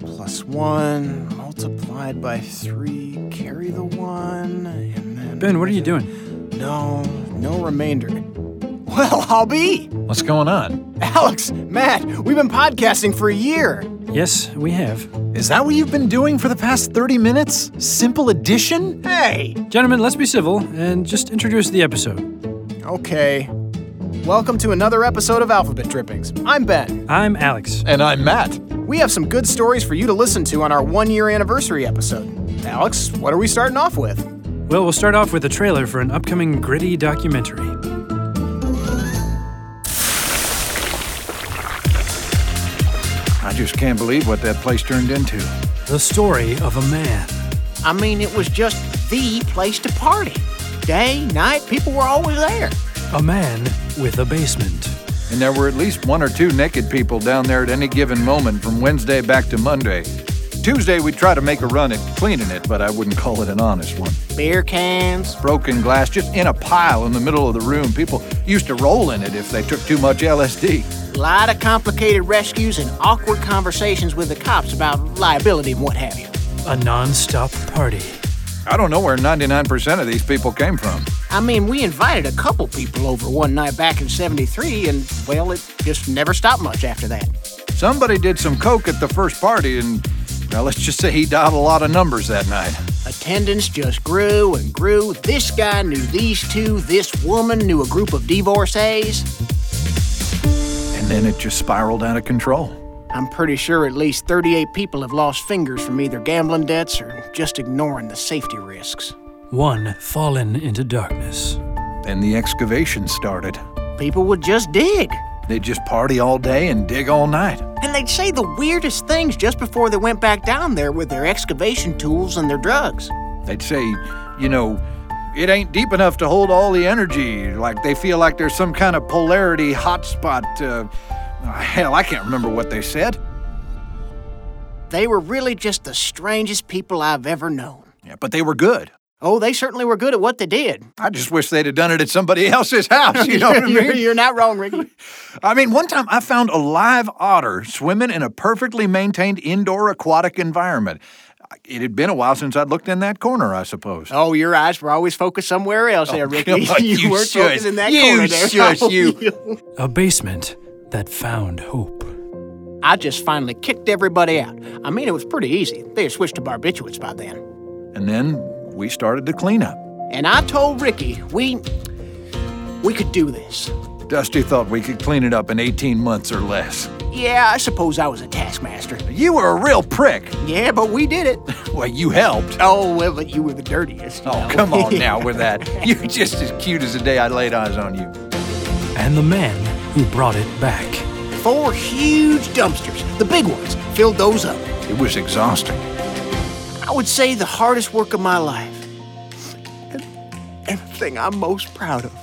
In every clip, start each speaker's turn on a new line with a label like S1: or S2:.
S1: plus 1 multiplied by 3, carry the 1, and then.
S2: Ben, what are you doing?
S1: No, no remainder. Well, I'll be!
S3: What's going on?
S1: Alex, Matt, we've been podcasting for a year!
S2: Yes, we have.
S3: Is that what you've been doing for the past 30 minutes? Simple addition?
S1: Hey!
S2: Gentlemen, let's be civil and just introduce the episode.
S1: Okay. Welcome to another episode of Alphabet Drippings. I'm Ben.
S2: I'm Alex.
S3: And I'm Matt.
S1: We have some good stories for you to listen to on our one year anniversary episode. Alex, what are we starting off with?
S2: Well, we'll start off with a trailer for an upcoming gritty documentary.
S4: I just can't believe what that place turned into.
S2: The story of a man.
S1: I mean, it was just the place to party. Day, night, people were always there.
S2: A man with a basement.
S4: And there were at least one or two naked people down there at any given moment from Wednesday back to Monday. Tuesday, we try to make a run at cleaning it, but I wouldn't call it an honest one.
S1: Beer cans.
S4: Broken glass just in a pile in the middle of the room. People used to roll in it if they took too much LSD.
S1: A lot of complicated rescues and awkward conversations with the cops about liability and what have you.
S2: A non stop party.
S4: I don't know where 99% of these people came from.
S1: I mean, we invited a couple people over one night back in 73, and, well, it just never stopped much after that.
S4: Somebody did some coke at the first party, and, well, let's just say he dialed a lot of numbers that night.
S1: Attendance just grew and grew. This guy knew these two, this woman knew a group of divorcees.
S4: And then it just spiraled out of control.
S1: I'm pretty sure at least 38 people have lost fingers from either gambling debts or just ignoring the safety risks.
S2: One fallen into darkness.
S4: And the excavation started.
S1: People would just dig.
S4: They'd just party all day and dig all night.
S1: And they'd say the weirdest things just before they went back down there with their excavation tools and their drugs.
S4: They'd say, you know, it ain't deep enough to hold all the energy. Like they feel like there's some kind of polarity hotspot. Uh, ah, hell, I can't remember what they said.
S1: They were really just the strangest people I've ever known.
S4: Yeah, but they were good.
S1: Oh, they certainly were good at what they did.
S4: I just wish they'd have done it at somebody else's house. You know what I
S1: you're,
S4: mean?
S1: you're not wrong, Ricky.
S4: I mean, one time I found a live otter swimming in a perfectly maintained indoor aquatic environment. It had been a while since I'd looked in that corner, I suppose.
S1: Oh, your eyes were always focused somewhere else there, Ricky.
S4: God,
S1: you,
S4: Oh, you
S1: weren't
S4: shush.
S1: focused in that
S4: You
S1: corner there. Oh,
S4: shush, you.
S2: A basement that found hope.
S1: I just finally kicked everybody out. I mean, it was pretty easy. They had switched to barbiturates by then.
S4: And then we started the cleanup.
S1: And I told Ricky, we. we could do this.
S4: Dusty thought we could clean it up in 18 months or less.
S1: Yeah, I suppose I was a taskmaster.
S4: You were a real prick.
S1: Yeah, but we did it.
S4: Well, you helped.
S1: Oh, well, but you were the dirtiest. you
S4: Oh,
S1: know.
S4: come on now with that. You're just as cute as the day I laid eyes on you.
S2: And the man who brought it back.
S1: Four huge dumpsters, the big ones, filled those up.
S4: It was exhausting.
S1: I would say the hardest work of my life. And the thing I'm most proud of.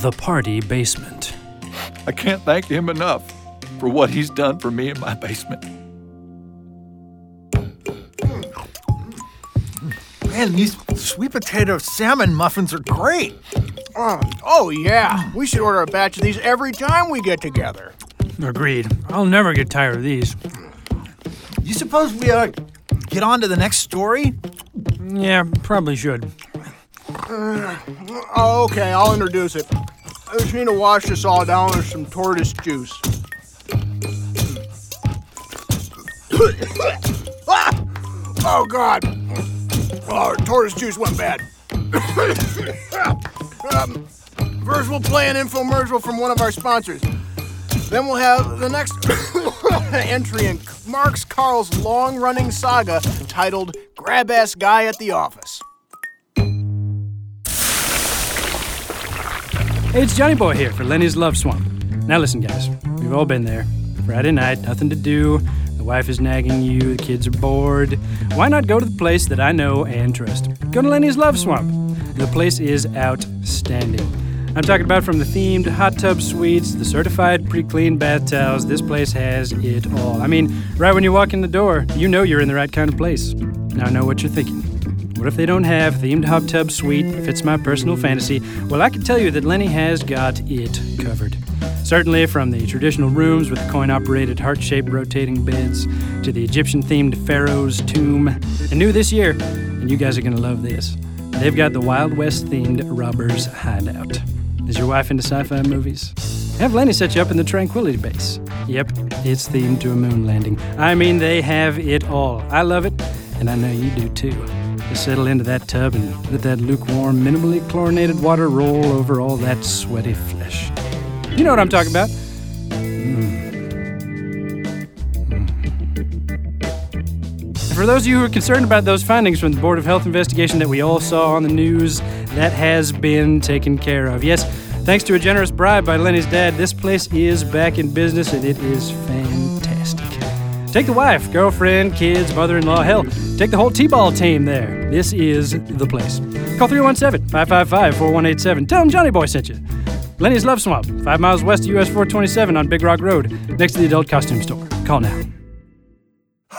S2: The party basement.
S4: I can't thank him enough for what he's done for me in my basement. Man, these sweet potato salmon muffins are great.
S1: oh, yeah. We should order a batch of these every time we get together.
S2: Agreed. I'll never get tired of these.
S4: You suppose we uh, get on to the next story?
S2: Yeah, probably should.
S1: Oh, Okay, I'll introduce it. I just need to wash this all down with some tortoise juice. Ah! Oh, God. Oh, tortoise juice went bad. um, first, we'll play an infomercial from one of our sponsors. Then we'll have the next entry in Marx Carl's long running saga titled Grab Ass Guy at the Office.
S2: Hey, it's Johnny Boy here for Lenny's Love Swamp. Now listen, guys, we've all been there. Friday night, nothing to do. The wife is nagging you, the kids are bored. Why not go to the place that I know and trust? Go to Lenny's Love Swamp. The place is outstanding. I'm talking about from the themed hot tub suites, the certified pre cleaned bath towels. This place has it all. I mean, right when you walk in the door, you know you're in the right kind of place. Now I know what you're thinking. What if they don't have themed hot tub suite fits my personal fantasy? Well, I can tell you that Lenny has got it covered. Certainly, from the traditional rooms with coin operated heart shaped rotating beds to the Egyptian themed pharaoh's tomb. And new this year, and you guys are going to love this, they've got the Wild West themed robber's hideout. Is your wife into sci fi movies? Have Lenny set you up in the Tranquility Base. Yep, it's themed to a moon landing. I mean, they have it all. I love it, and I know you do too. Just settle into that tub and let that lukewarm, minimally chlorinated water roll over all that sweaty flesh. You know what I'm talking about. Mm. Mm. For those of you who are concerned about those findings from the Board of Health investigation that we all saw on the news, that has been taken care of. Yes, thanks to a generous bribe by Lenny's dad, this place is back in business and it is fantastic. Take the wife, girlfriend, kids, mother in law, hell, take the whole T ball team there. This is the place. Call 317 555 4187. Tell them Johnny Boy sent you. Lenny's Love Swamp, five miles west of US 427 on Big Rock Road, next to the adult costume store. Call now.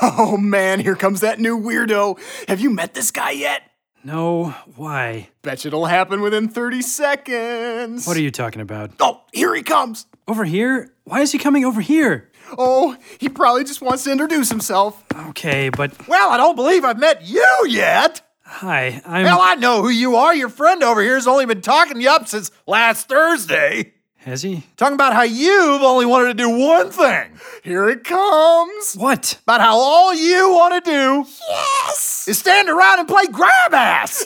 S1: Oh man, here comes that new weirdo. Have you met this guy yet?
S2: No, why?
S1: Bet it'll happen within 30 seconds.
S2: What are you talking about?
S1: Oh, here he comes.
S2: Over here? Why is he coming over here?
S1: Oh, he probably just wants to introduce himself.
S2: Okay, but
S4: Well, I don't believe I've met you yet.
S2: hi, I'm.
S4: Hell, I know who you are. Your friend over here has only been talking you up since last Thursday.
S2: Has he?
S4: Talking about how you've only wanted to do one thing.
S1: Here it comes.
S2: What?
S4: About how all you want to do yes. is stand around and play grab ass.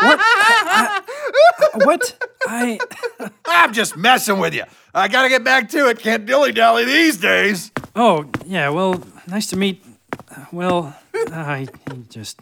S2: What? I- I- what? I.
S4: I'm just messing with you. I gotta get back to it. Can't dilly dally these days.
S2: Oh, yeah, well, nice to meet. uh, Well, I he just.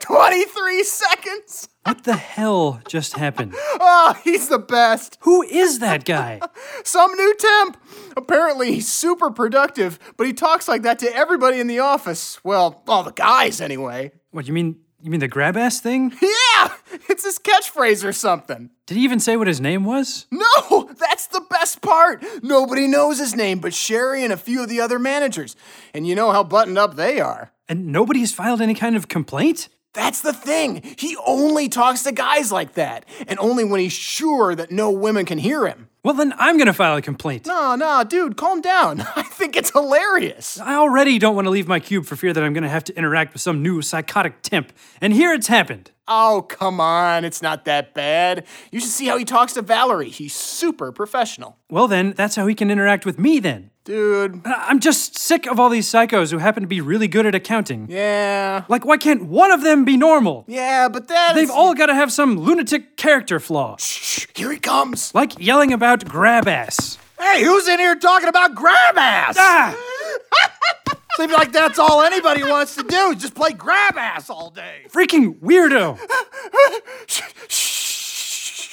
S1: 23 seconds.
S2: What the hell just happened?
S1: Oh, he's the best.
S2: Who is that guy?
S1: Some new temp. Apparently, he's super productive, but he talks like that to everybody in the office. Well, all the guys, anyway.
S2: What, you mean. You mean the grab ass thing?
S1: Yeah, it's his catchphrase or something.
S2: Did he even say what his name was?
S1: No, that's the best part. Nobody knows his name but Sherry and a few of the other managers. And you know how buttoned up they are.
S2: And nobody's filed any kind of complaint?
S1: That's the thing. He only talks to guys like that, and only when he's sure that no women can hear him.
S2: Well, then I'm gonna file a complaint.
S1: No, no, dude, calm down. I think it's hilarious.
S2: I already don't want to leave my cube for fear that I'm gonna have to interact with some new psychotic temp. And here it's happened.
S1: Oh, come on. It's not that bad. You should see how he talks to Valerie. He's super professional.
S2: Well, then, that's how he can interact with me then.
S1: Dude,
S2: I- I'm just sick of all these psychos who happen to be really good at accounting.
S1: yeah.
S2: Like, why can't one of them be normal?
S1: Yeah, but that
S2: They've all got to have some lunatic character flaw,
S1: Shh, here he comes.
S2: like yelling about grab ass.
S4: Hey, who's in here talking about grab ass?
S2: Ah!
S4: Seems like that's all anybody wants to do, is just play grab ass all day.
S2: Freaking weirdo!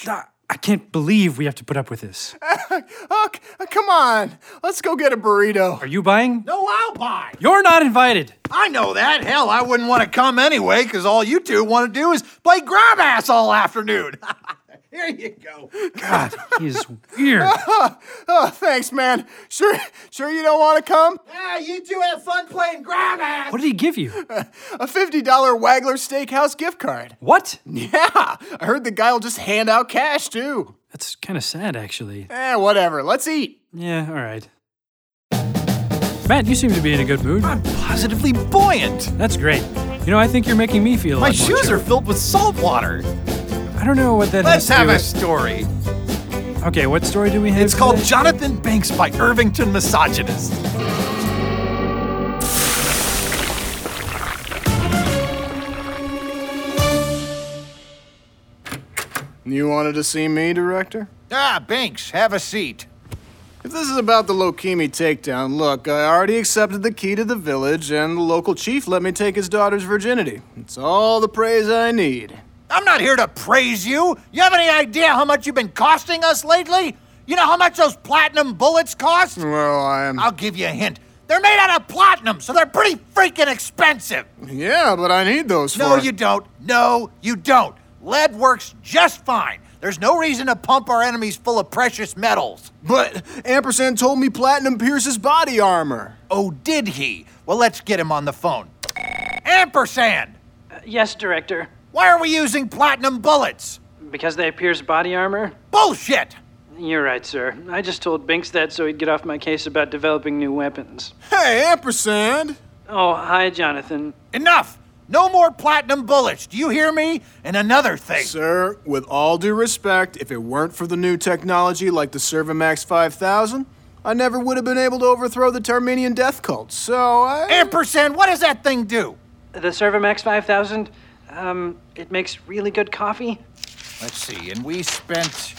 S2: Ah, I can't believe we have to put up with this.
S1: Oh, c- uh, come on. Let's go get a burrito.
S2: Are you buying?
S4: No, I'll buy.
S2: You're not invited!
S4: I know that. Hell, I wouldn't want to come anyway, because all you two want to do is play grab ass all afternoon. Here you go.
S2: God, he's weird.
S1: Oh, thanks, man. Sure, sure you don't want to come?
S4: Yeah, you two have fun playing grab ass.
S2: What did he give you?
S1: A $50 Waggler Steakhouse gift card.
S2: What?
S1: Yeah, I heard the guy will just hand out cash, too.
S2: That's kind of sad, actually.
S1: Eh, whatever. Let's eat.
S2: Yeah, alright. Matt, you seem to be in a good mood.
S4: I'm positively buoyant.
S2: That's great. You know, I think you're making me feel. a
S4: My
S2: lot more
S4: shoes are filled with salt water.
S2: chill. I don't know what that has
S4: Let's
S2: to
S4: have
S2: do
S4: a
S2: with-
S4: story.
S2: Okay, what story do we have?
S4: It's called
S2: today?
S4: Jonathan Banks by Irvington Misogynist.
S1: You wanted to see me, director?
S4: Ah, Banks, have a seat.
S1: If this is about the Lokimi takedown, look, I already accepted the key to the village, and the local chief let me take his daughter's virginity. It's all the praise I need.
S4: I'm not here to praise you. You have any idea how much you've been costing us lately? You know how much those platinum bullets cost?
S1: Well, I'm.
S4: I'll give you a hint. They're made out of platinum, so they're pretty freaking expensive.
S1: Yeah, but I need those
S4: No,
S1: for.
S4: you don't. No, you don't. Lead works just fine. There's no reason to pump our enemies full of precious metals.
S1: But Ampersand told me platinum pierces body armor.
S4: Oh, did he? Well, let's get him on the phone. Ampersand!
S2: Yes, director.
S4: Why are we using platinum bullets?
S2: Because they pierce body armor?
S4: Bullshit!
S2: You're right, sir. I just told Binks that so he'd get off my case about developing new weapons.
S5: Hey, ampersand!
S2: Oh, hi, Jonathan.
S4: Enough! No more platinum bullets. Do you hear me? And another thing.
S5: Sir, with all due respect, if it weren't for the new technology like the Servimax 5000, I never would have been able to overthrow the Tarmenian death cult. So I.
S4: Ampersand, what does that thing do?
S2: The Servomax 5000, um, it makes really good coffee.
S4: Let's see, and we spent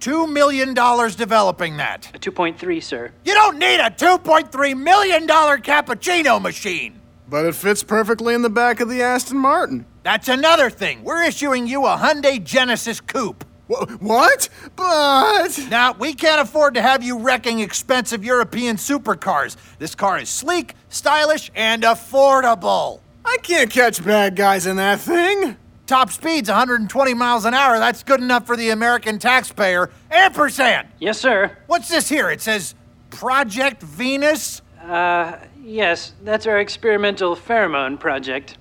S4: $2 million developing that.
S2: A 2.3, sir.
S4: You don't need a $2.3 million cappuccino machine.
S5: But it fits perfectly in the back of the Aston Martin.
S4: That's another thing. We're issuing you a Hyundai Genesis Coupe.
S5: Wha- What? But.
S4: Now, we can't afford to have you wrecking expensive European supercars. This car is sleek, stylish, and affordable.
S5: I can't catch bad guys in that thing!
S4: Top speed's 120 miles an hour. That's good enough for the American taxpayer. Ampersand!
S2: Yes, sir.
S4: What's this here? It says Project Venus?
S2: Yes, that's our experimental pheromone project.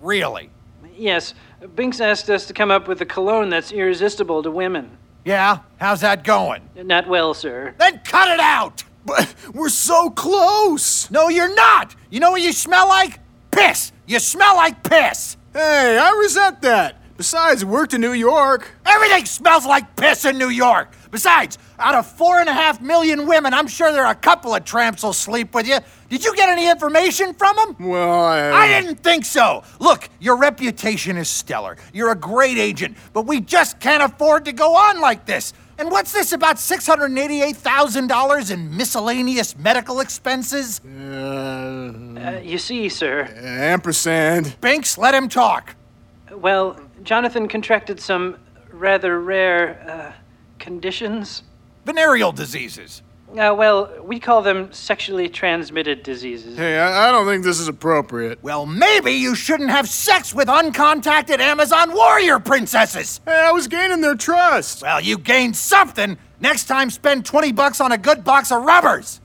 S4: Really?
S2: Yes, Binks asked us to come up with a cologne that's irresistible to women.
S4: Yeah? How's that going?
S2: Not well, sir.
S4: Then cut it out!
S5: But we're so close!
S4: No, you're not! You know what you smell like? Piss! You smell like piss!
S5: Hey, I resent that! Besides, it worked in New York.
S4: Everything smells like piss in New York! Besides, out of four and a half million women, I'm sure there are a couple of tramps will sleep with you. Did you get any information from them?
S5: Well, I.
S4: I didn't think so. Look, your reputation is stellar. You're a great agent, but we just can't afford to go on like this. And what's this about $688,000 in miscellaneous medical expenses?
S2: Uh, you see, sir.
S5: Ampersand.
S4: Binks, let him talk.
S2: Well, Jonathan contracted some rather rare uh, conditions.
S4: Venereal diseases.
S2: Uh, well, we call them sexually transmitted diseases.
S5: Hey, I, I don't think this is appropriate.
S4: Well, maybe you shouldn't have sex with uncontacted Amazon warrior princesses.
S5: Hey, I was gaining their trust.
S4: Well, you gained something. Next time, spend 20 bucks on a good box of rubbers.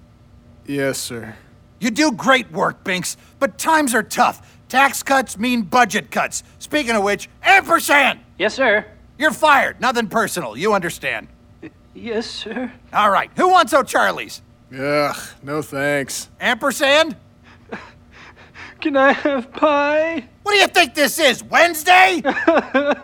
S5: Yes, sir.
S4: You do great work, Binks, but times are tough. Tax cuts mean budget cuts. Speaking of which, ampersand!
S2: Yes, sir.
S4: You're fired. Nothing personal. You understand.
S2: Yes, sir.
S4: All right. Who wants O'Charlie's?
S5: Ugh, no thanks.
S4: Ampersand?
S2: Can I have pie?
S4: What do you think this is? Wednesday?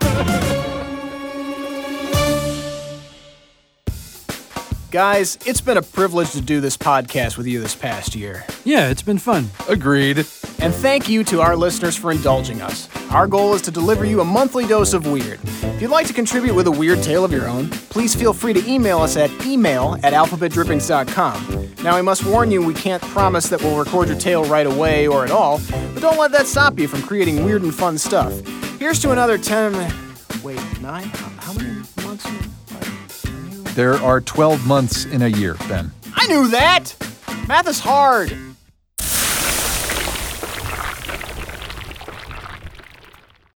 S5: Guys, it's been a privilege to do this podcast with you this past year.
S2: Yeah, it's been fun.
S3: Agreed.
S5: And thank you to our listeners for indulging us. Our goal is to deliver you a monthly dose of weird. If you'd like to contribute with a weird tale of your own, please feel free to email us at email at alphabetdrippings.com. Now, I must warn you, we can't promise that we'll record your tale right away or at all, but don't let that stop you from creating weird and fun stuff. Here's to another 10. Wait, 9? How many months?
S3: There are 12 months in a year, Ben.
S5: I knew that! Math is hard!